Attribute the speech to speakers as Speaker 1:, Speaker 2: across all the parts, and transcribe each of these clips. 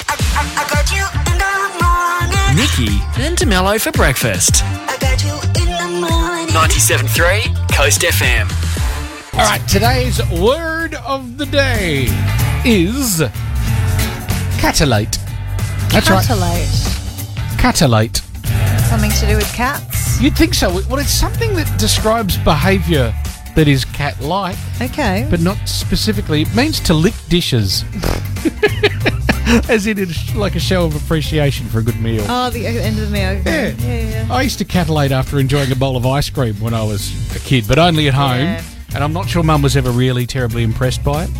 Speaker 1: I got you in the morning.
Speaker 2: Nikki and DeMello for breakfast.
Speaker 1: I got you in the morning.
Speaker 2: 97.3 Coast FM.
Speaker 3: All right, today's word of the day is catalate. That's right,
Speaker 4: Catalate.
Speaker 3: catalate.
Speaker 4: Something to do with cats.
Speaker 3: You'd think so. Well, it's something that describes behaviour that is cat-like,
Speaker 4: Okay.
Speaker 3: but not specifically. It means to lick dishes, as in it's like a show of appreciation for a good meal.
Speaker 4: oh, the end of the meal. Okay.
Speaker 3: Yeah.
Speaker 4: Yeah, yeah.
Speaker 3: I used to catalate after enjoying a bowl of ice cream when I was a kid, but only at home.
Speaker 4: Yeah.
Speaker 3: And I'm not sure Mum was ever really terribly impressed by it.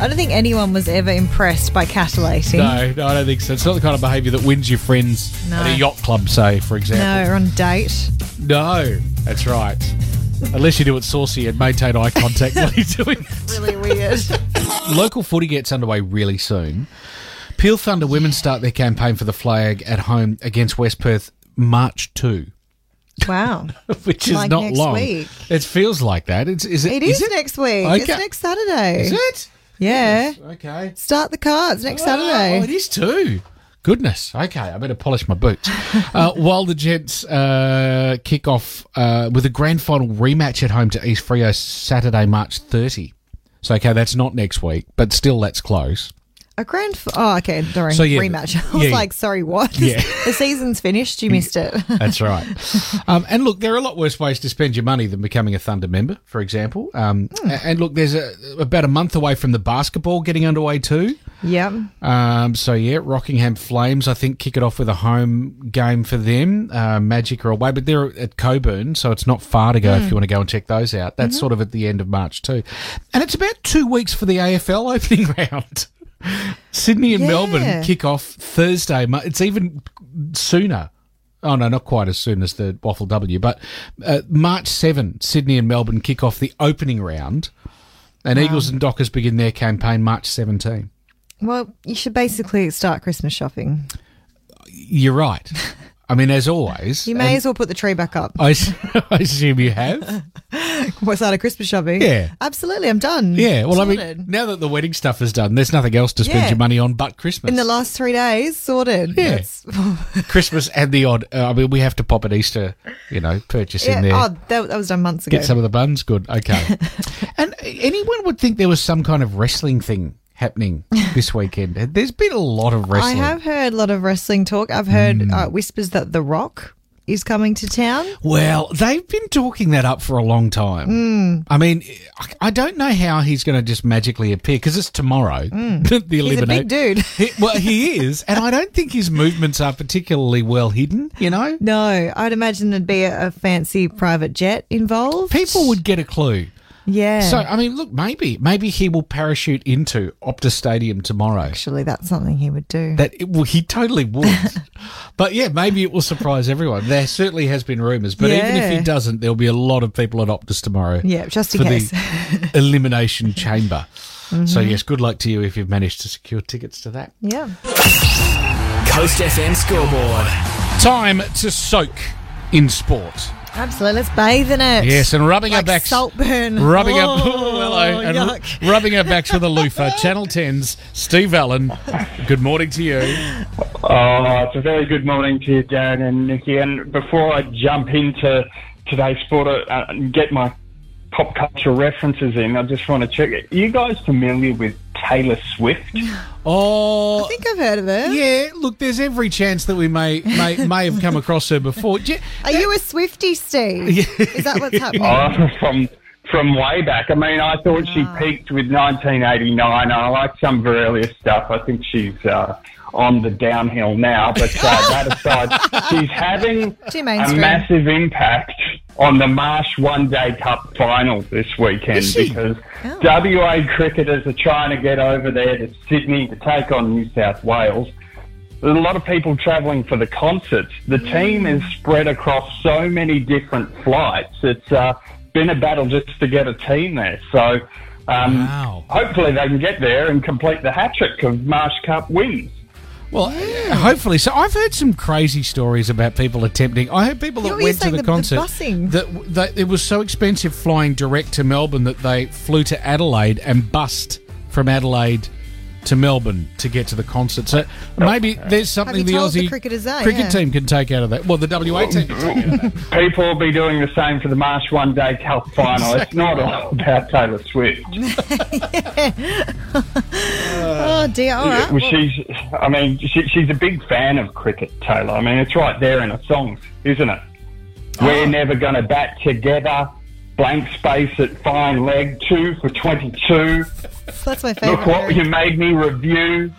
Speaker 4: I don't think anyone was ever impressed by catalating.
Speaker 3: No, no, I don't think so. It's not the kind of behaviour that wins your friends
Speaker 4: No.
Speaker 3: at a yacht club, say, for
Speaker 4: No,
Speaker 3: example.
Speaker 4: we're on a date.
Speaker 3: No, that's right. Unless you do it saucy and maintain eye contact while you're doing it.
Speaker 4: Really weird.
Speaker 3: Local footy gets underway really soon. Peel Thunder women start their campaign for the flag at home against West Perth March 2,
Speaker 4: wow.
Speaker 3: which is
Speaker 4: Like
Speaker 3: not
Speaker 4: next
Speaker 3: long.
Speaker 4: week.
Speaker 3: It feels like that. It's, is it,
Speaker 4: It
Speaker 3: is
Speaker 4: is, next week. It's
Speaker 3: Okay.
Speaker 4: next Saturday.
Speaker 3: Is it?
Speaker 4: Yeah.
Speaker 3: Okay.
Speaker 4: Start the cards next
Speaker 3: Oh,
Speaker 4: Saturday.
Speaker 3: it is too. Goodness. Okay, I better polish my boots. Uh, while the Jets uh, kick off uh, with a grand final rematch at home to East Frio Saturday, March 30. So, okay, that's not next week, but still that's close.
Speaker 4: A grand. F- oh, okay. Sorry.
Speaker 3: So, yeah.
Speaker 4: rematch. I was
Speaker 3: Yeah, yeah.
Speaker 4: like, sorry, what?
Speaker 3: Yeah.
Speaker 4: the season's finished. You missed it.
Speaker 3: That's right. um, and look, there are a lot worse ways to spend your money than becoming a Thunder member, for example. Um, a- And look, there's a, about a month away from the basketball getting underway too.
Speaker 4: yep.
Speaker 3: Um, so yeah, Rockingham Flames, I think, kick it off with a home game for them. Uh, Magic are away, but they're at Coburn, so it's not far to go if you want to go and check those out. That's sort of at the end of March too, and it's about two weeks for the AFL opening round. Sydney and Melbourne
Speaker 4: Yeah.
Speaker 3: kick off Thursday. Mu- It's even sooner. Oh no, not quite as soon as the Waffle W, but uh, March seven, Sydney and Melbourne kick off the opening round, and Eagles and Dockers begin their campaign March seventeen.
Speaker 4: Well, you should basically start Christmas shopping.
Speaker 3: You're right. I mean, as always,
Speaker 4: You may
Speaker 3: and
Speaker 4: as well put the tree back up.
Speaker 3: I, s- I assume you have.
Speaker 4: What's out of Christmas shopping?
Speaker 3: Yeah.
Speaker 4: Absolutely. I'm done.
Speaker 3: Yeah. Well, I
Speaker 4: Sorted.
Speaker 3: mean, now that the wedding stuff is done, there's nothing else to spend
Speaker 4: Yeah.
Speaker 3: your money on but Christmas.
Speaker 4: in the last three days, sorted.
Speaker 3: Yeah.
Speaker 4: That's-
Speaker 3: Christmas and the odd. Uh, I mean, we have to pop an Easter, you know, purchase
Speaker 4: yeah.
Speaker 3: in there.
Speaker 4: Oh, that, that was done months ago.
Speaker 3: Get some of the buns. Good. Okay. and anyone would think there was some kind of wrestling thing happening this weekend. There's been a lot of
Speaker 4: I
Speaker 3: wrestling. Mm.
Speaker 4: have heard a lot of wrestling talk. I've heard uh, whispers that The Rock is coming to town.
Speaker 3: Well, they've been talking that up for a long time.
Speaker 4: Hmm.
Speaker 3: I mean, I- I don't know how he's going to just magically appear because it's tomorrow. the
Speaker 4: Hmm. He's a big dude.
Speaker 3: He, well, he is, and I don't think his movements are particularly well hidden. You know,
Speaker 4: No, I'd imagine there'd be a, a fancy private jet involved.
Speaker 3: people would get a clue.
Speaker 4: Yeah.
Speaker 3: So, uh, I mean, look, maybe, maybe he will parachute into Optus Stadium tomorrow.
Speaker 4: Actually, that's something he would do.
Speaker 3: That well, he totally would. but yeah, maybe it will surprise everyone. There certainly has been rumours, but even if
Speaker 4: Yeah.
Speaker 3: he doesn't, there'll be a lot of people at Optus tomorrow.
Speaker 4: yeah, just in
Speaker 3: for
Speaker 4: case.
Speaker 3: the elimination chamber. So yes, good luck to you if you've managed to secure tickets to that.
Speaker 4: yeah.
Speaker 2: Coast FM scoreboard.
Speaker 3: Time to soak in sport.
Speaker 4: Absolutely. Let's bathe in it.
Speaker 3: Yes, and rubbing our
Speaker 4: Like
Speaker 3: backs,
Speaker 4: Saltburn.
Speaker 3: rubbing our
Speaker 4: Oh,
Speaker 3: hello, and ru-
Speaker 4: yuck.
Speaker 3: rubbing our backs with a loofah. Channel 10's Steve Allen. Good morning to you.
Speaker 5: Oh, it's a very good morning to you, Dan and Nikki. And before I jump into today's sport uh, and get my pop culture references in, I just want to check it. Are you guys familiar with Taylor Swift?
Speaker 3: Oh.
Speaker 4: I think I've heard of it.
Speaker 3: Yeah, look, there's every chance that we may may, may have come across her before. Do you-
Speaker 4: Are you a Swifty, Steve? Is that what's happening?
Speaker 5: Oh, from from way back. I mean, I thought she peaked with 1989. I like some of her earlier stuff. I think she's uh, on the downhill now. But uh, that aside, she's having
Speaker 4: Too
Speaker 5: a
Speaker 4: mainstream.
Speaker 5: massive impact on the Marsh One Day Cup final this weekend
Speaker 3: Is she?
Speaker 5: because
Speaker 4: Oh.
Speaker 5: WA cricketers are trying to get over there to Sydney to take on New South Wales. There's a lot of people travelling for the concerts. The team is spread across so many different flights. It's uh, been a battle just to get a team there. So um,
Speaker 3: Wow.
Speaker 5: hopefully they can get there and complete the hat trick of Marsh Cup wins.
Speaker 3: Well, uh, hopefully. So I've heard some crazy stories about people attempting. I heard people that
Speaker 4: Yeah, well, you're
Speaker 3: went to
Speaker 4: saying
Speaker 3: the,
Speaker 4: the- the
Speaker 3: concert
Speaker 4: busing.
Speaker 3: that w- that it was so expensive flying direct to Melbourne that they flew to Adelaide and bussed from Adelaide to Melbourne to get to the concert. So maybe there's something
Speaker 4: Have
Speaker 3: the
Speaker 4: you told
Speaker 3: Aussie
Speaker 4: the cricketers that?
Speaker 3: cricket
Speaker 4: Yeah.
Speaker 3: team can take out of that. Well, the WA team can take out of that.
Speaker 5: People will be doing the same for the March One Day Cup final. It's not all about Taylor Swift.
Speaker 4: Oh dear. All right.
Speaker 5: Well, she's, I mean, she, she's a big fan of cricket, Taylor. I mean, it's right there in her songs, isn't it?
Speaker 3: Oh.
Speaker 5: We're never going to bat together. Blank space at fine leg, two for 22.
Speaker 4: That's my
Speaker 5: Look
Speaker 4: favourite.
Speaker 5: what
Speaker 4: word.
Speaker 5: you made me review.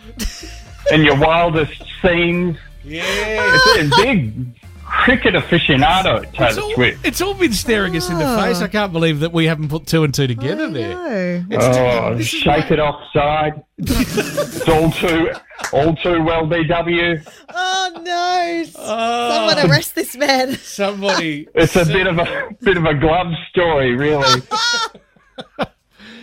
Speaker 5: and your wildest scenes. Yeah. It's a big cricket aficionado,
Speaker 3: It's
Speaker 5: Taylor
Speaker 3: all,
Speaker 5: Swift.
Speaker 3: it's all been staring us in the face. I can't believe that we haven't put two and two together
Speaker 4: Oh. I
Speaker 3: there.
Speaker 4: know.
Speaker 5: Oh, shake it off, side. it's all too, all too well, BW.
Speaker 4: Oh no!
Speaker 3: Oh.
Speaker 4: Someone arrest this man.
Speaker 3: Somebody,
Speaker 5: It's a bit of a bit of a glove story, really.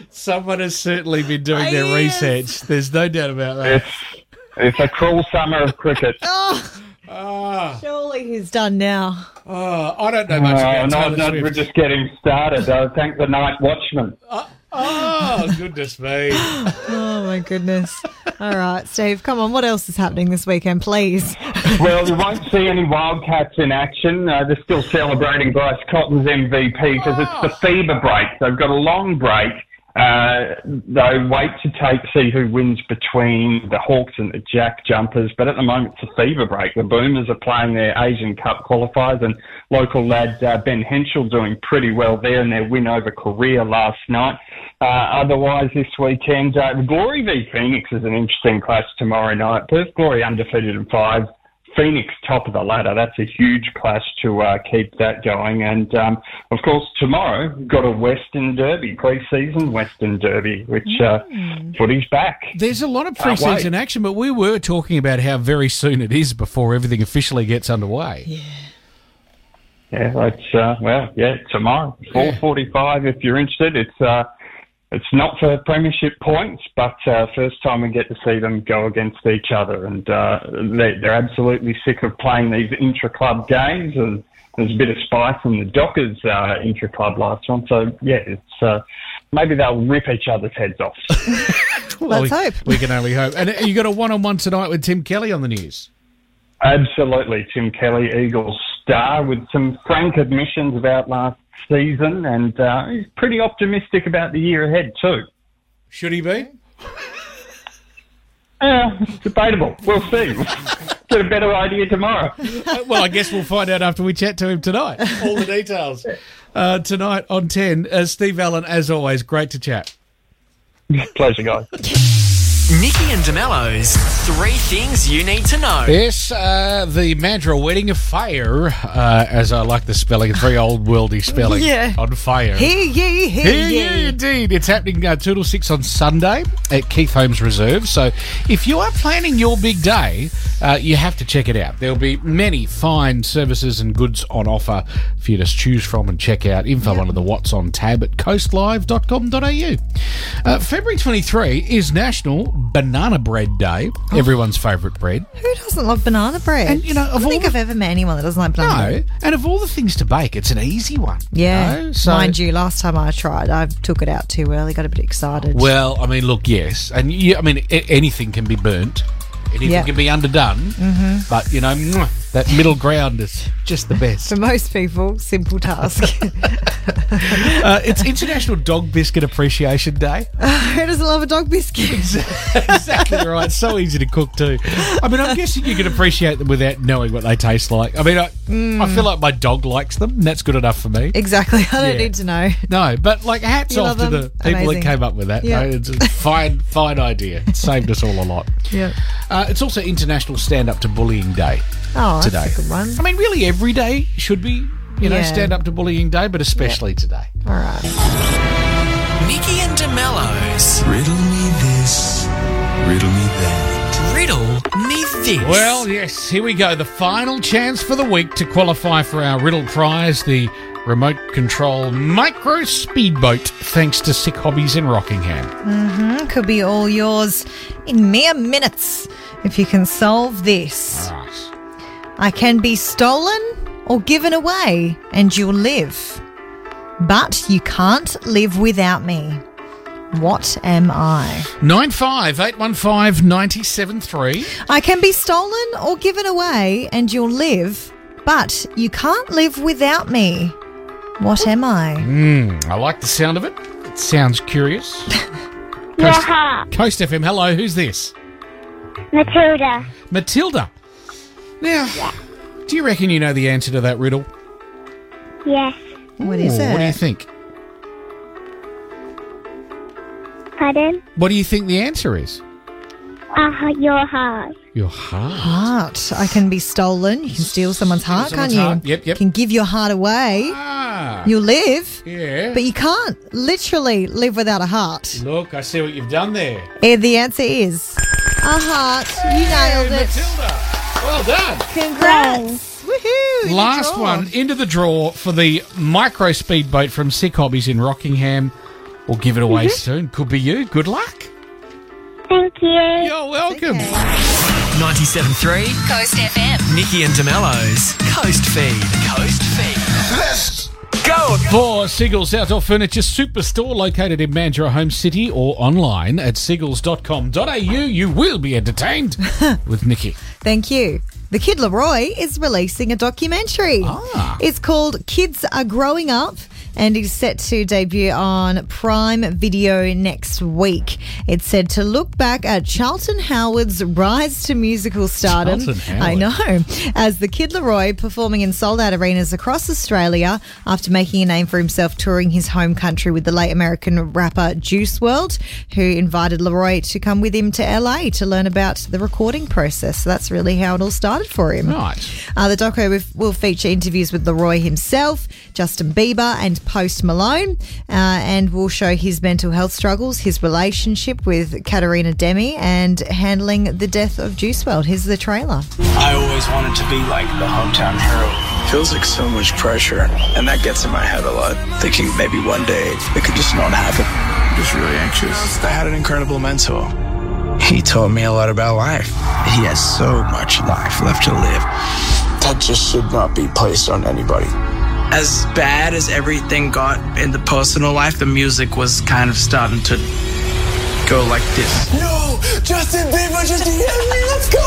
Speaker 3: someone has certainly been doing their
Speaker 4: Yes.
Speaker 3: research. There's no doubt about that.
Speaker 5: It's it's a cruel summer of cricket.
Speaker 4: Oh, surely he's done now.
Speaker 3: Oh, Ah, I don't know much
Speaker 5: Oh,
Speaker 3: about
Speaker 5: no,
Speaker 3: Taylor
Speaker 5: no,
Speaker 3: Swift.
Speaker 5: we're just getting started. Uh, thank the night watchman.
Speaker 3: Oh, goodness me.
Speaker 4: Oh my goodness! All right, Steve, come on. What else is happening this weekend, please?
Speaker 5: Well, you won't see any Wildcats in action. Uh, they're still celebrating Bryce Cotton's MVP because it's the FIBA break. They've got a long break. Uh, they wait to take see who wins between the Hawks and the Jack Jumpers, but at the moment it's a fever break. The Boomers are playing their Asian Cup qualifiers, and local lad uh, Ben Henschel doing pretty well there in their win over Korea last night. Uh, otherwise, this weekend, uh, Glory v Phoenix is an interesting clash tomorrow night. Perth Glory undefeated in five. Phoenix top of the ladder. That's a huge clash to uh, keep that going. And um, of course, tomorrow we've got a Western Derby pre-season Western Derby, which uh, footy's back.
Speaker 3: There's a lot of
Speaker 5: Can't wait.
Speaker 3: preseason action, but we were talking about how very soon it is before everything officially gets underway.
Speaker 5: Yeah, that's uh, well, yeah, tomorrow four forty-five. If you're interested, it's uh, it's not for premiership points, but uh, first time we get to see them go against each other, and uh, they, they're absolutely sick of playing these intra-club games. And there's a bit of spice in the Dockers uh, intra-club last one, so yeah, it's uh, maybe they'll rip each other's heads off.
Speaker 3: Well,
Speaker 4: Let's
Speaker 3: we,
Speaker 4: hope.
Speaker 3: We can only hope. And you got a one-on-one tonight with Tim Kelly on the news.
Speaker 5: Absolutely, Tim Kelly, Eagles star, with some frank admissions about last season, and uh, he's pretty optimistic about the year ahead too.
Speaker 3: Should he be?
Speaker 5: Yeah, it's debatable. We'll see. Get a better idea tomorrow.
Speaker 3: Uh, well, I guess we'll find out after we chat to him tonight. All the details uh, tonight on ten. Uh, Steve Allen, as always, great to chat.
Speaker 5: Pleasure, guys.
Speaker 2: Nikki and DeMello's three things you need to know.
Speaker 3: Yes, uh, the mantra "wedding of fire," uh, as I like the spelling, it's very old worldy spelling.
Speaker 4: Yeah.
Speaker 3: on fire.
Speaker 4: Hear ye, hear
Speaker 3: Yeah, yeah,
Speaker 4: ye.
Speaker 3: indeed. It's happening uh, 2 till 6 on Sunday at Keith Holmes Reserve. So if you are planning your big day, uh, you have to check it out. There'll be many fine services and goods on offer for you to choose from and check out. Info under the What's On tab at coastlive.com.au. Uh, February 23 is National Banana Bread Day,
Speaker 4: Oh.
Speaker 3: everyone's favourite bread.
Speaker 4: Who doesn't love banana bread?
Speaker 3: And, you know,
Speaker 4: I
Speaker 3: of
Speaker 4: don't
Speaker 3: all
Speaker 4: think
Speaker 3: the-
Speaker 4: I've ever met anyone that doesn't like banana. bread.
Speaker 3: No, and of all the things to bake, it's an easy one. you
Speaker 4: Yeah,
Speaker 3: know? So-
Speaker 4: mind you, last time I tried, I took it out too early, got a bit excited.
Speaker 3: Well, I mean, look, yes, and you, I mean, a- anything can be burnt, anything
Speaker 4: Yeah. Mm-hmm.
Speaker 3: can be underdone, but you know, mwah, that middle ground is just the best.
Speaker 4: For most people, simple task.
Speaker 3: uh, it's International Dog Biscuit Appreciation Day.
Speaker 4: Who doesn't love a dog biscuit?
Speaker 3: exactly right. So easy to cook too. I mean, I'm guessing you can appreciate them without knowing what they taste like. I mean, I,
Speaker 4: Mm.
Speaker 3: I feel like my dog likes them, and that's good enough for me.
Speaker 4: Exactly. I don't
Speaker 3: Yeah.
Speaker 4: need to know.
Speaker 3: No, but like hats
Speaker 4: You
Speaker 3: off to
Speaker 4: love
Speaker 3: the
Speaker 4: them?
Speaker 3: people
Speaker 4: Amazing.
Speaker 3: that came up with that.
Speaker 4: Yeah.
Speaker 3: No, it's a fine, fine idea. It saved us all a lot.
Speaker 4: Yeah.
Speaker 3: Uh, it's also International Stand Up to Bullying Day.
Speaker 4: Oh, that's
Speaker 3: today.
Speaker 4: a good one.
Speaker 3: I mean, really, every day should be, you know,
Speaker 4: Yeah.
Speaker 3: stand up to bullying day, but especially today.
Speaker 4: All right.
Speaker 2: Nikki and DeMello's
Speaker 6: Riddle me this, riddle me that.
Speaker 2: riddle me this.
Speaker 3: Well, yes, here we go. The final chance for the week to qualify for our Riddle Prize, the remote control micro speedboat, thanks to Sick Hobbies in Rockingham.
Speaker 4: That could be all yours in mere minutes if you can solve this.
Speaker 3: Right.
Speaker 4: I can be stolen or given away, and you'll live. But you can't live without me. What am I?
Speaker 3: 95815
Speaker 4: I can be stolen or given away and you'll live, but you can't live without me. What am I?
Speaker 3: I like the sound of it. It sounds curious. Coast,
Speaker 7: Yaha!
Speaker 3: Coast FM, hello, who's this?
Speaker 7: Matilda.
Speaker 3: Matilda. Now, do you reckon you know the answer to that riddle?
Speaker 7: Yes.
Speaker 4: What is
Speaker 3: Ooh,
Speaker 4: it?
Speaker 3: What do you think?
Speaker 7: Pardon?
Speaker 3: What do you think the answer is?
Speaker 7: Uh, your heart.
Speaker 3: Your heart.
Speaker 4: Heart. I can be stolen. You can steal someone's heart,
Speaker 3: someone's
Speaker 4: can't you?
Speaker 3: heart. Yep, yep.
Speaker 4: Can give your heart away.
Speaker 3: Ah,
Speaker 4: You'll live,
Speaker 3: yeah.
Speaker 4: but you can't literally live without a heart.
Speaker 3: Look, I see what you've done there.
Speaker 4: And the answer is a heart. You nailed
Speaker 3: Hey,
Speaker 4: it.
Speaker 3: Matilda. Well done.
Speaker 4: Congrats. Woohoo. you
Speaker 3: Last
Speaker 4: draw.
Speaker 3: one into the draw for the micro speedboat from Sick Hobbies in Rockingham. We'll give it away
Speaker 4: Mm-hmm.
Speaker 3: soon. Could be you. Good luck.
Speaker 7: Thank you.
Speaker 3: You're welcome.
Speaker 2: 97.3
Speaker 8: Coast FM.
Speaker 2: Nikki and DeMello's Coast Feed. Coast Feed.
Speaker 6: Let's
Speaker 2: Go!
Speaker 3: For Seagulls Outdoor Furniture Superstore located in Mandurah Home City or online at seagulls.com.au, you will be entertained with Nikki.
Speaker 4: Thank you. The Kid Leroy is releasing a documentary.
Speaker 3: Ah.
Speaker 4: It's called Kids Are Growing Up and is set to debut on Prime Video next week. It's said to look back at Charlton Howard's rise to musical stardom.
Speaker 3: Charlton Howard.
Speaker 4: I know. As the Kid Leroy performing in sold out arenas across Australia after making a name for himself touring his home country with the late American rapper Juice World, who invited Leroy to come with him to LA to learn about the recording process. So that's really how it all started for him.
Speaker 3: Right.
Speaker 4: Uh, the doco will- will feature interviews with Leroy himself, Justin Bieber, and Post Malone, uh, and will show his mental health struggles, his relationship with Katarina Demi, and handling the death of Juice World. Here's the trailer.
Speaker 9: I always wanted to be like the hometown hero. Feels like so much pressure, and that gets in my head a lot. Thinking maybe one day it could just not happen. I'm just really anxious. I had an incredible mentor. He taught me a lot about life. He has so much life left to live. That just should not be placed on anybody.
Speaker 10: as bad as everything got in the personal life, the music was kind of starting to go like this.
Speaker 6: No! Justin Bieber just DM'd me! Let's go!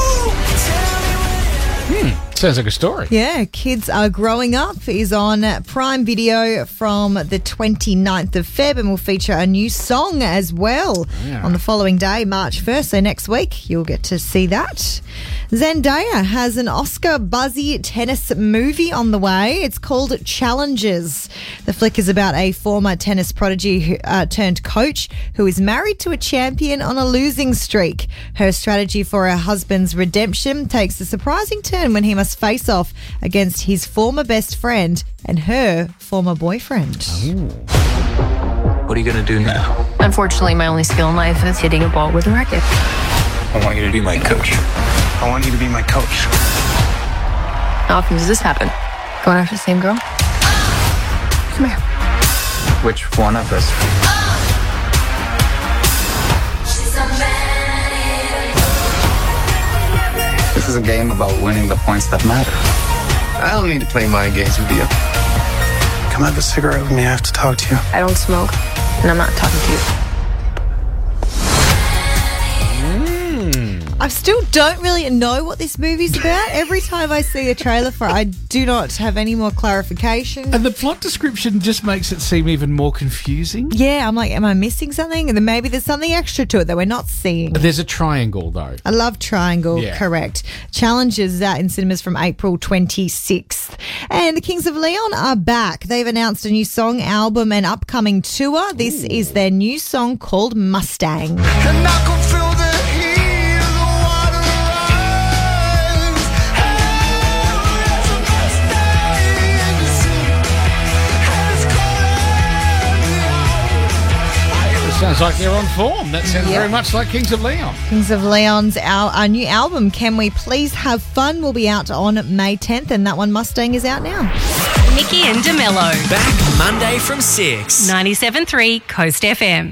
Speaker 3: Hmm. Sounds like a story.
Speaker 4: Yeah, Kids Are Growing Up is on Prime Video from the 29th of Feb and will feature a new song as well on the following day, March 1st. So next week, you'll get to see that. Zendaya has an Oscar buzzy tennis movie on the way. It's called Challenges. The flick is about a former tennis prodigy who, uh, turned coach who is married to a champion on a losing streak. Her strategy for her husband's redemption takes a surprising turn when he must face off against his former best friend and her former boyfriend.
Speaker 9: What are you gonna do now?
Speaker 8: Unfortunately, my only skill in life is hitting a ball with a racket.
Speaker 9: I want you to be my coach. I want you to be my coach.
Speaker 8: How often does this happen? Going after the same girl? Come here.
Speaker 9: Which one of us? This is a game about winning the points that matter. I don't need to play my games with you. Come have a cigarette with me. I have to talk to you.
Speaker 8: I don't smoke, and I'm not talking to you.
Speaker 4: I still don't really know what this movie's about. Every time I see a trailer for it, I do not have any more clarification.
Speaker 3: And the plot description just makes it seem even more confusing.
Speaker 4: Yeah, I'm like, am I missing something? And then maybe there's something extra to it that we're not seeing.
Speaker 3: There's a triangle, though.
Speaker 4: I love Triangle,
Speaker 3: Yeah.
Speaker 4: correct. Challenges out in cinemas from April 26th. And the Kings of Leon are back. They've announced a new song, album, and upcoming tour. This is their new song called Mustang.
Speaker 6: And I can feel the heat of the water rise. Hey, there's a Mustang in the sea. And it's calling me
Speaker 3: It sounds like they're on form. That sounds very much like Kings of Leon.
Speaker 4: Kings of Leon's our, our new album, Can We Please Have Fun, will be out on May 10th. And that one, Mustang, is out now.
Speaker 8: Nikki and DeMello.
Speaker 2: Back Monday from 6.
Speaker 8: 97.3 Coast FM.